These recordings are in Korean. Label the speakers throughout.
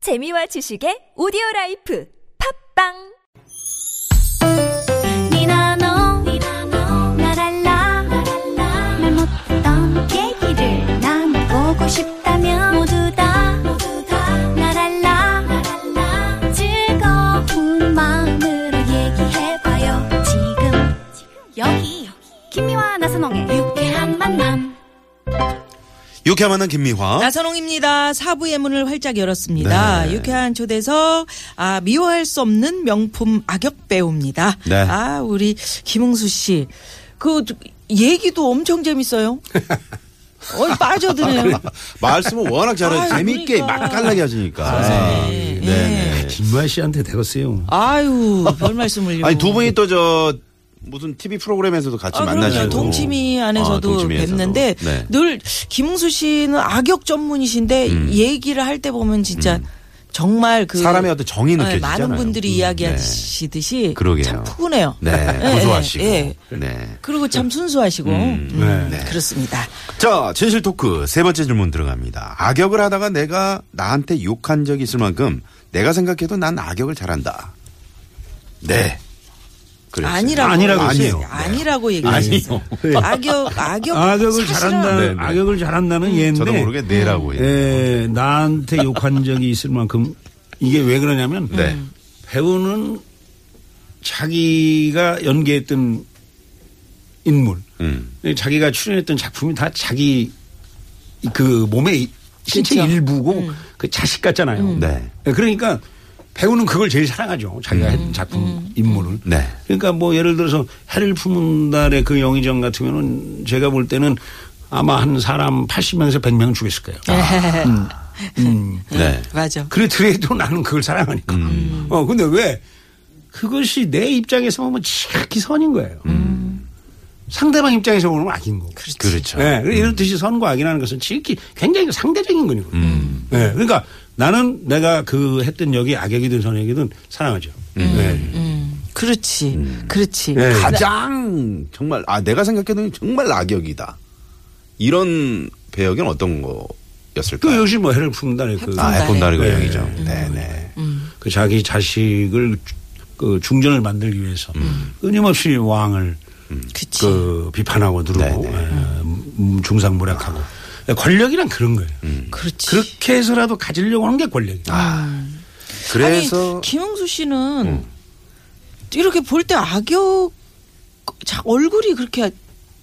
Speaker 1: 재미와 지식의 오디오 라이프 팝빵
Speaker 2: 니나노 나랄라 말 못했던 얘기를 나눠보고 싶다면 모두 다 나랄라 즐거운 마음으로 얘기해봐요 지금 여기 김미와 나선홍의 유쾌한 만남
Speaker 3: 유쾌한 만남 김미화.
Speaker 4: 나선홍입니다. 사부의 문을 활짝 열었습니다.
Speaker 3: 어? 네.
Speaker 4: 유쾌한 초대석 아 미워할 수 없는 명품 악역 배우입니다.
Speaker 3: 네.
Speaker 4: 아 우리 김홍수 씨 그 얘기도 엄청 재밌어요. 어 빠져드네요.
Speaker 3: 말씀을 워낙 잘해
Speaker 4: 아유,
Speaker 3: 재밌게
Speaker 4: 그러니까.
Speaker 3: 맛깔나게 하시니까.
Speaker 4: 네.
Speaker 3: 네.
Speaker 5: 김무아 씨한테 되었어요.
Speaker 4: 아유 별 말씀을요.
Speaker 3: 아니 두 분이 또 저 무슨 TV 프로그램에서도 같이
Speaker 4: 아, 그럼요.
Speaker 3: 만나시고
Speaker 4: 동치미
Speaker 3: 아,
Speaker 4: 안에서도
Speaker 3: 동치미에서도.
Speaker 4: 뵙는데
Speaker 3: 네.
Speaker 4: 늘 김홍수 씨는 악역 전문이신데 얘기를 할 때 보면 진짜 정말 그
Speaker 3: 음. 사람의 어떤 정이
Speaker 4: 네,
Speaker 3: 느껴지잖아요.
Speaker 4: 많은 분들이
Speaker 3: 음, 네.
Speaker 4: 이야기하시듯이
Speaker 3: 그러게요.
Speaker 4: 참 푸근해요.
Speaker 3: 네,
Speaker 4: 예,
Speaker 3: 고소하시고.
Speaker 4: 예.
Speaker 3: 네.
Speaker 4: 그리고 참 순수하시고 음,
Speaker 3: 네.
Speaker 4: 그렇습니다.
Speaker 3: 자, 진실 토크 세 번째 질문 들어갑니다. 악역을 하다가 내가 나한테 욕한 적이 있을 만큼 내가 생각해도 난 악역을 잘한다. 네. 그랬어요.
Speaker 4: 아니라고
Speaker 5: 아니라고
Speaker 3: 아니에요. 네.
Speaker 4: 얘기했어요. 네. 아니라고 얘기했어요.
Speaker 3: 아니요.
Speaker 4: 악역 악역
Speaker 5: 악역을
Speaker 4: 뭐 사실은 음.
Speaker 5: 잘한다,
Speaker 3: 네, 네.
Speaker 5: 악역을 잘한다는 얘인데.
Speaker 3: 저도 모르게 네라고 해요. 뭐
Speaker 5: 예, 나한테 욕한 적이 있을 만큼 이게 왜 그러냐면
Speaker 3: 네.
Speaker 5: 배우는 자기가 연기했던 인물,
Speaker 3: 음.
Speaker 5: 자기가 출연했던 작품이 다 자기 그 몸의 신체
Speaker 4: 그쵸. 음.
Speaker 5: 일부고 그 자식 같잖아요.
Speaker 3: 네.
Speaker 5: 예, 그러니까 배우는 그걸 제일 사랑하죠. 자기가 했던 작품
Speaker 4: 음.
Speaker 5: 인물을.
Speaker 3: 음. 네.
Speaker 5: 그러니까 뭐 예를 들어서 해를 품은 달의 그 영의정 같으면은 제가 볼 때는 아마 한 사람 80명에서 100명 죽였을 거예요.
Speaker 3: 네.
Speaker 4: 맞아.
Speaker 5: 그래도 나는 그걸 사랑하니까.
Speaker 3: 음.
Speaker 5: 어, 근데 왜 그것이 내 입장에서 보면 지극히 선인 거예요.
Speaker 3: 음.
Speaker 5: 상대방 입장에서 보면 악인 거고.
Speaker 3: 그렇죠.
Speaker 5: 네, 그래서 이렇듯이 선과 악이라는 것은 지극히 굉장히 상대적인 거니거든요.
Speaker 3: 음.
Speaker 5: 네, 그러니까 나는 내가 그 했던 역이 악역이든 선역이든 사랑하죠.
Speaker 3: 음.
Speaker 5: 네.
Speaker 4: 음, 그렇지. 그렇지.
Speaker 5: 네.
Speaker 3: 가장 정말 아 내가 생각해도 정말 악역이다 이런 배역은 어떤
Speaker 5: 그
Speaker 3: 거였을까요?
Speaker 5: 역시 뭐 해를 품다는 그,
Speaker 3: 아 에폰다리
Speaker 5: 네.
Speaker 3: 고양이죠. 네네.
Speaker 5: 그 자기 자식을 주- 그 중전을 만들기 위해서
Speaker 3: 음.
Speaker 5: 끊임없이 왕을
Speaker 4: 그치.
Speaker 5: 그 비판하고 누르고
Speaker 3: 네, 아.
Speaker 5: 에, 음, 중상모략하고 권력이란 그런 거예요.
Speaker 3: 음.
Speaker 4: 그렇지.
Speaker 5: 그렇게 해서라도 가지려고 하는 게 권력이에요.
Speaker 3: 그래서 음.
Speaker 4: 아니 김영수 씨는 이렇게 볼 때 악역 자, 얼굴이 그렇게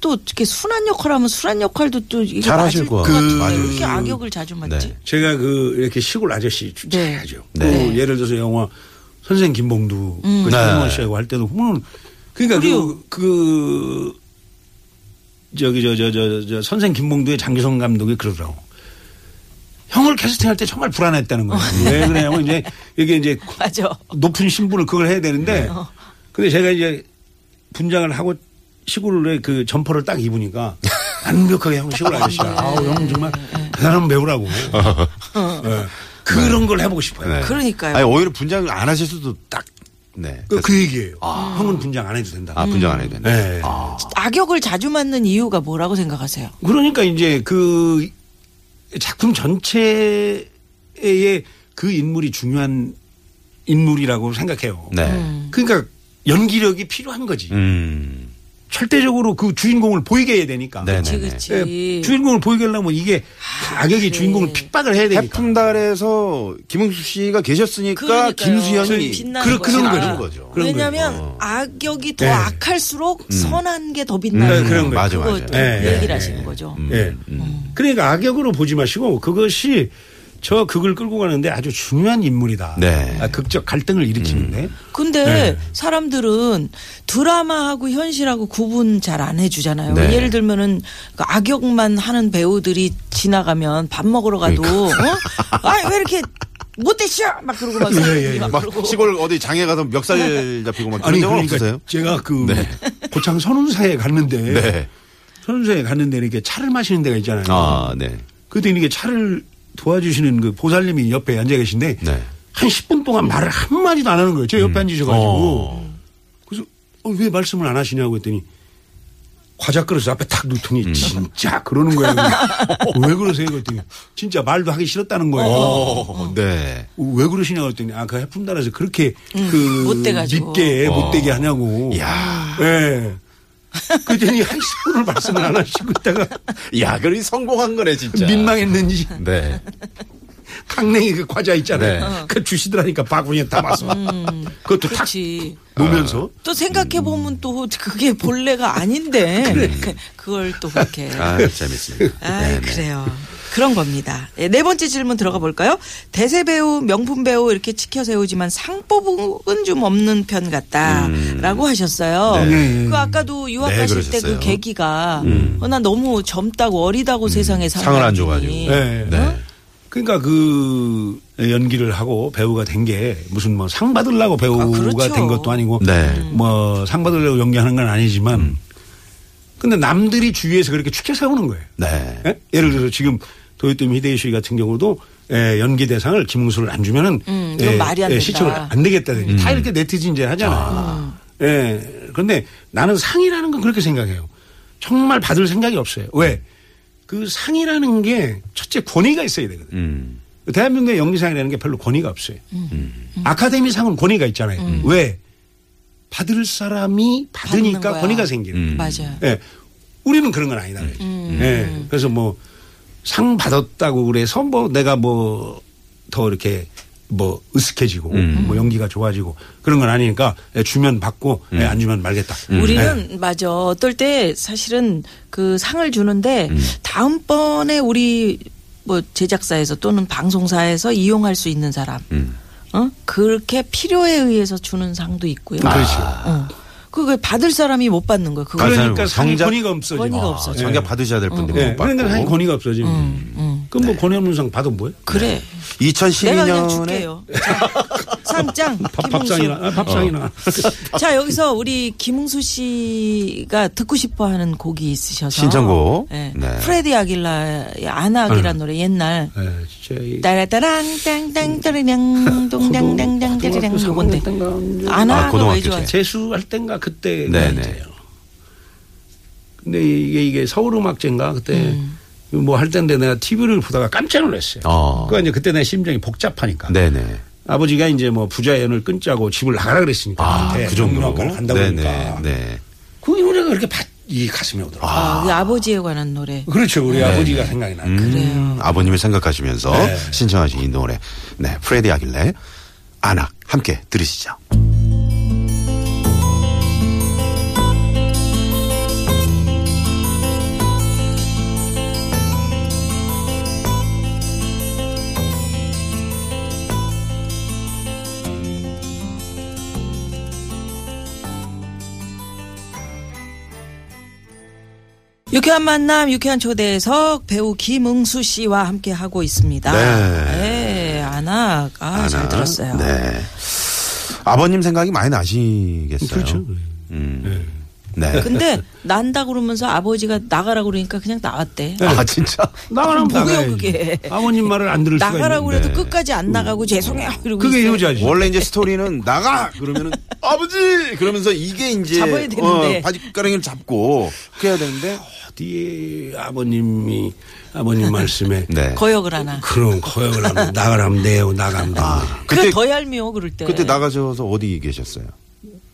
Speaker 4: 또 이렇게 순한 역할하면 순한 역할도 또 이게
Speaker 3: 잘하실
Speaker 4: 맞을
Speaker 3: 것 같아요.
Speaker 4: 같은데
Speaker 3: 맞아요.
Speaker 4: 왜 이렇게 악역을 자주 맞지?
Speaker 3: 네.
Speaker 5: 제가 그 이렇게 시골 아저씨
Speaker 4: 네.
Speaker 5: 주차하죠.
Speaker 3: 네.
Speaker 5: 그 예를 들어서 영화 선생 김봉두 그
Speaker 3: 네.
Speaker 5: 장원 씨하고 할 때도 보면 그러니까
Speaker 4: 그래요.
Speaker 5: 그, 그 저기 저 저 저 저 선생 김봉두의 장기성 감독이 그러더라고. 형을 캐스팅할 때 정말 불안했다는 거예요. 왜 그러냐면 이제 이게 이제
Speaker 4: 맞아.
Speaker 5: 높은 신분을 그걸 해야 되는데 근데 제가 이제 분장을 하고 시골에 그 점퍼를 딱 입으니까 완벽하게 형 시골 아저씨가 아우 형 정말 대단한 배우라고 예. 그런 걸 해보고 싶어요.
Speaker 3: 네.
Speaker 4: 그러니까요.
Speaker 3: 아니 오히려 분장을 안 하실 수도 딱 네.
Speaker 5: 그, 그 얘기예요. 형은 분장 안 해도 된다.
Speaker 3: 아 분장 안 해야 된다.
Speaker 5: 네.
Speaker 4: 악역을 자주 맞는 이유가 뭐라고 생각하세요?
Speaker 5: 그러니까 이제 그 작품 전체에 그 인물이 중요한 인물이라고 생각해요.
Speaker 3: 네.
Speaker 5: 그러니까 연기력이 필요한 거지.
Speaker 3: 음.
Speaker 5: 절대적으로 그 주인공을 보이게 해야 되니까.
Speaker 3: 네네.
Speaker 4: 그렇지.
Speaker 5: 예, 주인공을 보이게 하려면 이게 악역이 주인공을 핍박을 해야 되니까.
Speaker 3: 해풍달에서 그러니까. 김웅수 씨가 계셨으니까
Speaker 4: 그러니까요.
Speaker 3: 김수현이
Speaker 4: 빛나는
Speaker 3: 그렇-
Speaker 5: 거야.
Speaker 3: 그런 거죠.
Speaker 5: 그런
Speaker 4: 왜냐하면 악역이 더
Speaker 5: 네.
Speaker 4: 악할수록 선한 게 더 빛나는
Speaker 5: 네, 그런
Speaker 4: 거.
Speaker 5: 거예요.
Speaker 3: 맞아,
Speaker 4: 그거
Speaker 3: 맞아.
Speaker 4: 또
Speaker 5: 네, 네,
Speaker 4: 얘기를
Speaker 3: 네.
Speaker 4: 하시는 거죠.
Speaker 5: 예.
Speaker 3: 음.
Speaker 5: 그러니까 악역으로 보지 마시고 그것이 저 극을 끌고 가는데 아주 중요한 인물이다.
Speaker 3: 네. 음.
Speaker 5: 아, 극적 갈등을 일으키는데.
Speaker 4: 근데
Speaker 5: 네.
Speaker 4: 사람들은 드라마하고 현실하고 구분 잘 안 해주잖아요.
Speaker 3: 네.
Speaker 4: 예를 들면은 그 악역만 하는 배우들이 지나가면 밥 먹으러 가도 어? 아이 왜 이렇게 못됐어? 막 그러고 막,
Speaker 5: 예, 예.
Speaker 4: 막
Speaker 3: 막
Speaker 4: 그러고
Speaker 3: 시골 어디 장에 가서 멱살 잡히고 막 그런
Speaker 5: 아니
Speaker 3: 적은
Speaker 5: 그러니까
Speaker 3: 없으세요?
Speaker 5: 제가 그 고창 선운사에 갔는데
Speaker 3: 네.
Speaker 5: 선운사에 갔는데 이렇게 차를 마시는 데가 있잖아요.
Speaker 3: 아 네.
Speaker 5: 그때 이렇게 차를 도와주시는 그 보살님이 옆에 앉아 계신데
Speaker 3: 네. 음.
Speaker 5: 한 10분 동안 말을 한 마디도 안 하는 어, 거예요. 제 옆에 앉으셔가지고 그래서 어, 왜 말씀을 안 하시냐고 했더니 과자 그릇 앞에 탁
Speaker 3: 음.
Speaker 5: 놓더니 진짜 그러는 거예요. 왜 그러세요? 그랬더니 진짜 말도 하기 싫었다는 거예요.
Speaker 3: 어, 네.
Speaker 5: 왜 그러시냐 그랬더니 아 그 해품단에서 그렇게 그
Speaker 4: 음, 못돼가지고.
Speaker 5: 밉게 못되게 하냐고.
Speaker 3: 어. 야.
Speaker 5: 예. 그랬더니 한 10분을 말씀을 안 하시고 있다가
Speaker 3: 야, 그리 성공한 거네, 진짜.
Speaker 5: 민망했는지
Speaker 3: 네.
Speaker 5: 강냉이 그 과자 있잖아요.
Speaker 3: 네.
Speaker 5: 그 주시더라니까 바구니에 담아서. 그것도 탁
Speaker 4: 어. 음.
Speaker 5: 어.
Speaker 4: 그렇지.
Speaker 5: 놓으면서
Speaker 4: 또 생각해 보면 또 그게 본래가 아닌데 그걸또 그렇게.
Speaker 3: 아, 재밌습니다. 네.
Speaker 4: 아, 그래요. 그런 겁니다. 예, 네 번째 질문 들어가 볼까요? 대세 배우, 명품 배우 이렇게 치켜 세우지만 상법은 좀 없는 편 같다라고 하셨어요. 그 아까도 유학
Speaker 3: 음. 네,
Speaker 4: 가실 때
Speaker 3: 그러셨어요. 음.
Speaker 4: 그 계기가 어, 나 너무 젊다고 어리다고 세상에
Speaker 3: 상을 안 줘가지고.
Speaker 5: 예.
Speaker 4: 어?
Speaker 3: 네.
Speaker 5: 그러니까 그 연기를 하고 배우가 된 게 무슨 뭐 상 받으려고 배우가
Speaker 4: 그렇죠.
Speaker 5: 된 것도 아니고
Speaker 3: 네.
Speaker 5: 뭐 상 받으려고 연기하는 건 아니지만
Speaker 4: 음.
Speaker 5: 근데 남들이 주위에서 그렇게 축제 세우는 거예요.
Speaker 3: 네.
Speaker 5: 예? 예를 들어서 지금 도요토미 히데요시 같은 경우도 예, 연기 대상을 김웅수를 안 주면은 예,
Speaker 4: 음, 이건 말이 안 된다.
Speaker 5: 시청을 안 되겠다든지 다 이렇게 네티즌제 하잖아요.
Speaker 4: 음.
Speaker 5: 예. 그런데 나는 상이라는 건 그렇게 생각해요. 정말 받을 생각이 없어요. 왜? 그 상이라는 게 첫째 권위가 있어야 되거든요.
Speaker 3: 음.
Speaker 5: 대한민국의 연기상이라는 게 별로 권위가 없어요.
Speaker 4: 음.
Speaker 5: 아카데미 상은 권위가 있잖아요. 왜? 받을 사람이
Speaker 4: 받는
Speaker 5: 받으니까
Speaker 4: 거야.
Speaker 5: 권위가 생기는 거예요.
Speaker 3: 음.
Speaker 4: 맞아요.
Speaker 5: 예. 우리는 그런 건 아니다. 그랬죠. 예. 그래서 뭐 상 받았다고 그래서 뭐 내가 뭐 더 이렇게 뭐 으쓱해지고 뭐 연기가 좋아지고 그런 건 아니니까 예, 주면 받고 예, 안 주면 말겠다.
Speaker 4: 우리는
Speaker 5: 네.
Speaker 4: 맞아 어떨 때 사실은 그 상을 주는데
Speaker 5: 음.
Speaker 4: 다음번에 우리 뭐 제작사에서 또는 방송사에서 이용할 수 있는 사람
Speaker 5: 음.
Speaker 4: 어 그렇게 필요에 의해서 주는 상도 있고요.
Speaker 3: 아,
Speaker 5: 그렇죠.
Speaker 4: 어. 그거 받을 사람이 못 받는 거예요. 그거
Speaker 3: 받을 사람이
Speaker 5: 그러니까 상
Speaker 3: 성적-
Speaker 5: 권위가 없어지고.
Speaker 4: 권위가 없어.
Speaker 3: 아, 정작 받으셔야 될
Speaker 4: 어,
Speaker 3: 분들이
Speaker 4: 네.
Speaker 5: 예.
Speaker 3: 못 받고.
Speaker 5: 그런데 상 권위가 없어지면 그럼 뭐 권위 없는 상 받으면 뭐예요?
Speaker 4: 그래. 내가 그냥
Speaker 3: 네. 2012년에
Speaker 4: 줄게요. 자, 상장
Speaker 5: 밥,
Speaker 4: 김웅수.
Speaker 5: 밥상이나 아, 밥상이나
Speaker 3: 아,
Speaker 4: 자 여기서 우리 김웅수 씨가 듣고 싶어하는 곡이 있으셔서
Speaker 3: 신청곡.
Speaker 4: 네.
Speaker 3: 네. 음.
Speaker 4: 프레디 아길라의 안아기란 노래 옛날
Speaker 5: 예, 진짜 이-
Speaker 4: 따라따랑 땅땅 따르냥 동당당당 따르냥
Speaker 5: 고등학교
Speaker 4: 요건데
Speaker 5: 삼학년 때인가
Speaker 3: 아,
Speaker 4: 안아가
Speaker 3: 고등학교
Speaker 4: 왜 좋아?
Speaker 3: 때.
Speaker 5: 재수할 땐가 그때
Speaker 3: 네네.
Speaker 5: 이제요. 근데 이게 이게 서울음악제인가 그때 뭐 할 때인데 내가 TV를 보다가 깜짝 놀랐어요.
Speaker 3: 어.
Speaker 5: 그러니까 이제 그때 내 심정이 복잡하니까.
Speaker 3: 네네.
Speaker 5: 아버지가 이제 뭐 부자 연을 끊자고 집을 나가라 그랬으니까.
Speaker 3: 아,
Speaker 5: 나한테
Speaker 3: 그 정도로.
Speaker 5: 음악과를 간다고
Speaker 3: 네네.
Speaker 5: 그러니까.
Speaker 3: 네.
Speaker 5: 그 노래가 그렇게 바, 이 가슴에 오더라고. 요
Speaker 4: 아, 우리 아버지에 관한 노래.
Speaker 5: 그렇죠. 우리 아버지가 생각이 나요.
Speaker 3: 음, 아버님을 생각하시면서
Speaker 5: 네.
Speaker 3: 신청하신 이 노래. 네. 프레디 아길레 아낙 함께 들으시죠.
Speaker 4: 유쾌한 만남, 유쾌한 초대석 배우 김응수 씨와 함께 하고 있습니다.
Speaker 3: 네.
Speaker 4: 예, 안악. 아, 잘
Speaker 3: 아낙.
Speaker 4: 들었어요.
Speaker 3: 네. 아버님 생각이 많이 나시겠어요.
Speaker 5: 그렇죠.
Speaker 3: 음. 네.
Speaker 4: 근데 난다 그러면서 아버지가 나가라 그러니까 그냥 나왔대.
Speaker 5: 네.
Speaker 3: 아, 진짜.
Speaker 5: 나가라면
Speaker 4: 뭐예요,
Speaker 5: 나가야지.
Speaker 4: 그게.
Speaker 5: 아버님 말을 안 들을 수가
Speaker 4: 나가라고
Speaker 5: 있는데. 음.
Speaker 4: 그래도 끝까지 안 나가고 죄송해요. 이러고
Speaker 5: 그게
Speaker 4: 있어요.
Speaker 5: 효자지.
Speaker 3: 원래 이제 스토리는 나가 그러면은 아버지 그러면서 이게 이제
Speaker 4: 잡아야 되는데.
Speaker 3: 어, 바지가랑이를 잡고 그렇게 해야 되는데
Speaker 5: 어디에 아버님이 아버님 말씀에
Speaker 3: 네.
Speaker 4: 거역을 하나.
Speaker 5: 그런 거역을 하면 나가라면 돼요 나가면 돼요
Speaker 4: 그게
Speaker 3: 그때
Speaker 4: 더 얄미워 그럴 때.
Speaker 3: 그때 나가셔서 어디 계셨어요?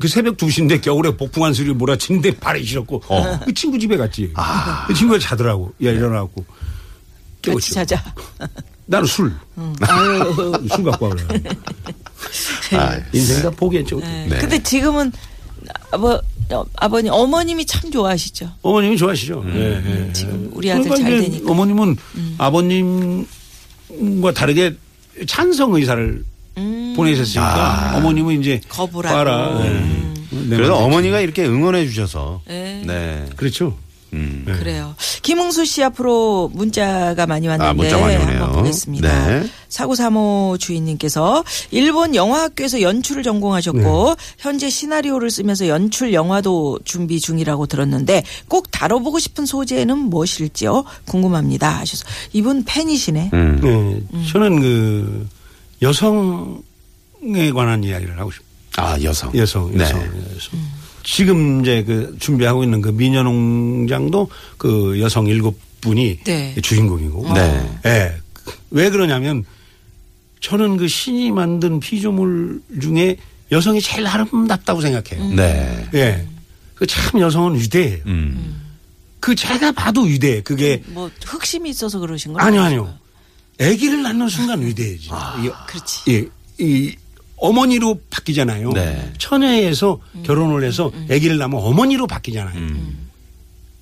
Speaker 5: 그 새벽 2시인데 겨울에 복풍한 소리 몰아치는데 발이 시렸고 그 친구 집에 갔지
Speaker 4: 아.
Speaker 5: 그 친구가 자더라고 야 일어나갖고
Speaker 4: 같이
Speaker 5: 깨웠죠
Speaker 4: 자자.
Speaker 5: 나는 술
Speaker 4: 음.
Speaker 5: 술 갖고 와그래
Speaker 4: 네.
Speaker 3: 아,
Speaker 5: 인생 다 포기했죠 그때.
Speaker 3: 네.
Speaker 4: 근데 지금은 아버 어, 아버님 어머님이 참 좋아하시죠.
Speaker 5: 어머님이 좋아하시죠 예, 예.
Speaker 4: 지금 우리 아들 잘
Speaker 5: 이제
Speaker 4: 되니까. 음.
Speaker 5: 어머님은 아버님과 다르게 찬성 의사를 보내셨으니까 어머님은 이제
Speaker 4: 음. 거부를
Speaker 5: 봐라.
Speaker 4: 하고. 음.
Speaker 5: 예. 내
Speaker 3: 그래서
Speaker 5: 말이지.
Speaker 3: 어머니가 이렇게 응원해 주셔서
Speaker 4: 네.
Speaker 3: 네.
Speaker 5: 그렇죠.
Speaker 3: 음.
Speaker 4: 그래요. 김웅수 씨 앞으로 문자가 많이 왔는데
Speaker 3: 아, 문자 많이 오네요.
Speaker 4: 한번 보겠습니다.
Speaker 3: 네.
Speaker 4: 사고사모 주인님께서 일본 영화학교에서 연출을 전공하셨고
Speaker 3: 네.
Speaker 4: 현재 시나리오를 쓰면서 연출 영화도 준비 중이라고 들었는데 꼭 다뤄보고 싶은 소재는 무엇일지요? 궁금합니다. 하셔서 이분 팬이시네.
Speaker 3: 음.
Speaker 5: 네, 저는 그 여성에 관한 이야기를 하고 싶어요.
Speaker 3: 아, 여성.
Speaker 5: 여성,
Speaker 3: 네.
Speaker 5: 여성, 여성. 지금 이제 그 준비하고 있는 그 미녀농장도 그 여성 일곱 분이
Speaker 4: 네.
Speaker 5: 주인공이고.
Speaker 3: 네.
Speaker 5: 예. 왜 그러냐면 저는 그 신이 만든 피조물 중에 여성이 제일 아름답다고 생각해요.
Speaker 3: 네.
Speaker 5: 예. 그 참 여성은 위대해요.
Speaker 3: 음.
Speaker 5: 그 제가 봐도 위대해. 그게
Speaker 4: 뭐 흑심이 있어서 그러신 거예요?
Speaker 5: 아니요, 아니요. 아기를 낳는 순간 위대해지.
Speaker 3: 아.
Speaker 4: 그렇지.
Speaker 5: 예, 이 어머니로 바뀌잖아요.
Speaker 3: 네.
Speaker 5: 천혜에서 결혼을 해서
Speaker 4: 음,
Speaker 5: 아기를 낳으면 어머니로 바뀌잖아요.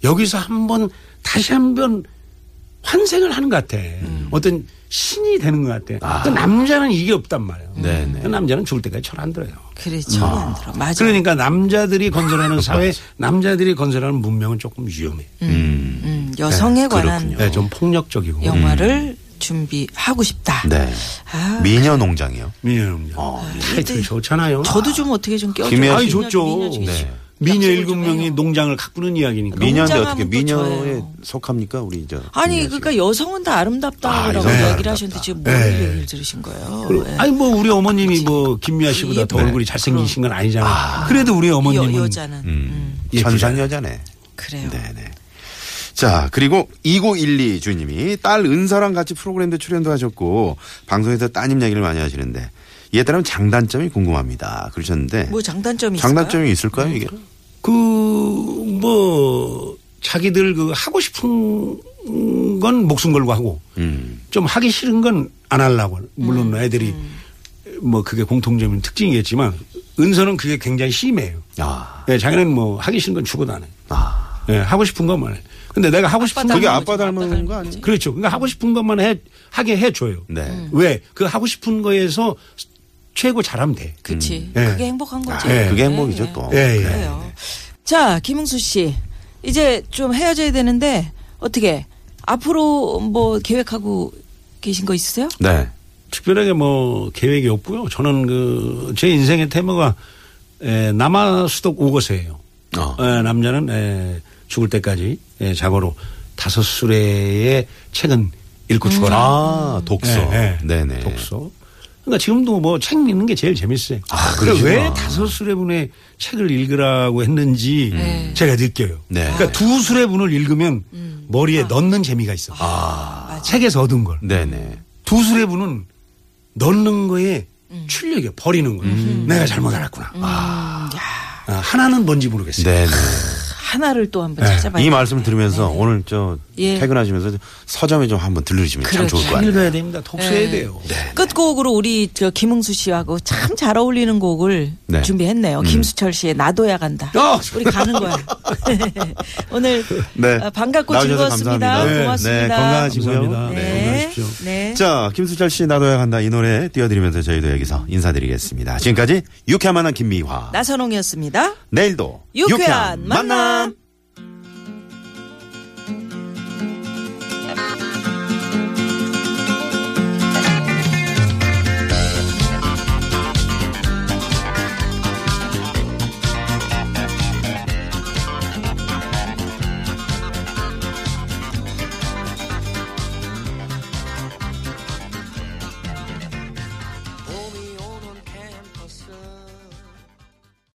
Speaker 5: 여기서 한번 다시 한번 환생을 하는 것 같아. 어떤 신이 되는 것 음. 같아. 그 남자는 이게 없단 말이에요.
Speaker 3: 네네.
Speaker 5: 그 남자는 죽을 때까지 절 안 들어요.
Speaker 4: 그래 처음 그렇죠. 안 들어. 맞아.
Speaker 5: 그러니까 남자들이 건설하는 사회, 남자들이 건설하는 문명은 조금 위험해. 요
Speaker 3: 음.
Speaker 4: 음, 여성에 관한
Speaker 5: 네, 좀 폭력적이고.
Speaker 4: 영화를 준비하고 싶다.
Speaker 3: 음. 네.
Speaker 4: 아,
Speaker 3: 미녀 농장이요.
Speaker 5: 미녀 타이틀 좋잖아요.
Speaker 4: 네. 저도 좀 어떻게 좀 껴줘.
Speaker 3: 김혜수
Speaker 5: 아니
Speaker 3: 미녀-
Speaker 5: 좋죠.
Speaker 3: 네.
Speaker 5: 미녀
Speaker 4: 약속을
Speaker 5: 일곱
Speaker 4: 좀
Speaker 5: 명이
Speaker 4: 해요.
Speaker 5: 농장을 가꾸는 이야기니까.
Speaker 3: 미녀인데
Speaker 4: 농장하면
Speaker 3: 어떻게
Speaker 4: 또
Speaker 3: 미녀에
Speaker 4: 저예요.
Speaker 3: 속합니까 우리 저
Speaker 4: 아니
Speaker 3: 김미아
Speaker 4: 그러니까
Speaker 3: 씨가?
Speaker 4: 여성은 다
Speaker 3: 아,
Speaker 4: 아름답다라고
Speaker 3: 여성은
Speaker 4: 얘기를
Speaker 3: 아름답다.
Speaker 4: 하셨는데 지금 뭘
Speaker 5: 네.
Speaker 4: 얘기를 들으신 거예요?
Speaker 5: 그리고
Speaker 4: 네.
Speaker 5: 아니 뭐 우리 어머님이 뭐 김미아 씨보다 더
Speaker 3: 네.
Speaker 5: 얼굴이 잘생기신 건 아니잖아요. 그래도 우리
Speaker 4: 이 여,
Speaker 5: 어머님은
Speaker 4: 여자는
Speaker 3: 음.
Speaker 5: 예쁘잖아요.
Speaker 3: 천상 여자네.
Speaker 4: 그래요.
Speaker 3: 네네. 자, 그리고 2912 주님이 딸 은서랑 같이 프로그램도 출연도 하셨고 방송에서 따님 얘기를 많이 하시는데 이에 따르면 장단점이 궁금합니다. 그러셨는데
Speaker 4: 뭐 네. 장단점이
Speaker 3: 장단점이 있을까요, 이게?
Speaker 5: 그, 그뭐 자기들 그 하고 싶은 건 목숨 걸고 하고
Speaker 3: 음.
Speaker 5: 좀 하기 싫은 건 안 하려고 물론 애들이 뭐 그게 공통점인 특징이겠지만 은서는 그게 굉장히 심해요.
Speaker 3: 아.
Speaker 5: 예, 자기는 뭐 하기 싫은 건 죽어도 안 해.
Speaker 3: 아.
Speaker 5: 예, 하고 싶은 것만 해. 근데 내가 하고 싶은
Speaker 3: 그게
Speaker 5: 건
Speaker 3: 아빠 닮은 거 아니에요?
Speaker 5: 그렇죠. 그러니까 하고 싶은 것만 해 하게 해 줘요.
Speaker 3: 네.
Speaker 5: 왜? 그 하고 싶은 거에서 최고 잘하면 돼.
Speaker 4: 그치
Speaker 5: 음. 예.
Speaker 4: 그게 행복한
Speaker 3: 아,
Speaker 4: 거지.
Speaker 3: 그게
Speaker 4: 예,
Speaker 3: 행복이죠,
Speaker 4: 예.
Speaker 3: 또. 네,
Speaker 5: 예, 예.
Speaker 4: 그래요. 자, 김흥수 씨. 이제 좀 헤어져야 되는데 어떻게 앞으로 뭐 계획하고 계신 거 있으세요?
Speaker 3: 네.
Speaker 5: 특별하게 뭐 계획이 없고요. 저는 그 제 인생의 테마가 에, 남아 수독 5거세예요.
Speaker 3: 어.
Speaker 5: 에, 남자는 에, 죽을 때까지 에, 자고로 다섯 수레의 책은 읽고 죽어라.
Speaker 3: 아, 독서.
Speaker 5: 예, 예.
Speaker 3: 네네.
Speaker 5: 독서. 그러니까 지금도 뭐 책 읽는 게 제일 재밌어요.
Speaker 3: 아,
Speaker 5: 그러니까
Speaker 3: 그러시구나.
Speaker 5: 왜 다섯 수레분의 책을 읽으라고 했는지 제가 느껴요.
Speaker 3: 네.
Speaker 5: 그러니까 두 수레분을 읽으면 머리에 넣는 재미가 있어.
Speaker 3: 아.
Speaker 5: 책에서 얻은 걸.
Speaker 3: 네네.
Speaker 5: 두 수레분은 넣는 거에 출력이 버리는 거예요.
Speaker 3: 음.
Speaker 5: 내가 잘못 알았구나. 아, 하나는 뭔지 모르겠어요.
Speaker 3: 네네.
Speaker 4: 하나를 또 한번 찾아봐야
Speaker 3: 네. 이 말씀을 들으면서 오늘 저
Speaker 4: 네. 예. 그렇죠.
Speaker 3: 퇴근하시면서 서점에 좀 한번 들르시면 참 좋을 것
Speaker 5: 네, 잘
Speaker 3: 같아요. 네.
Speaker 5: 읽어야 됩니다. 독서해야 돼요.
Speaker 4: 끝곡으로 우리 저 김흥수 씨하고 참 잘 어울리는 곡을
Speaker 3: 네.
Speaker 4: 준비했네요. 김수철 씨의 나도야 간다.
Speaker 5: 어!
Speaker 4: 우리 가는 거야. 오늘
Speaker 3: 네.
Speaker 4: 어, 반갑고
Speaker 3: 나오셔서
Speaker 4: 즐거웠습니다.
Speaker 3: 감사합니다. 네.
Speaker 4: 고맙습니다.
Speaker 3: 네, 건강하시고요.
Speaker 5: 감사합니다.
Speaker 4: 네.
Speaker 5: 네, 건강하십시오.
Speaker 4: 네.
Speaker 3: 자, 김수철 씨 나도야 간다 이 노래 띄워드리면서 저희도 여기서 인사드리겠습니다. 지금까지 유쾌한 만남 김미화.
Speaker 4: 나선홍이었습니다.
Speaker 3: 내일도
Speaker 4: 유쾌한 만남.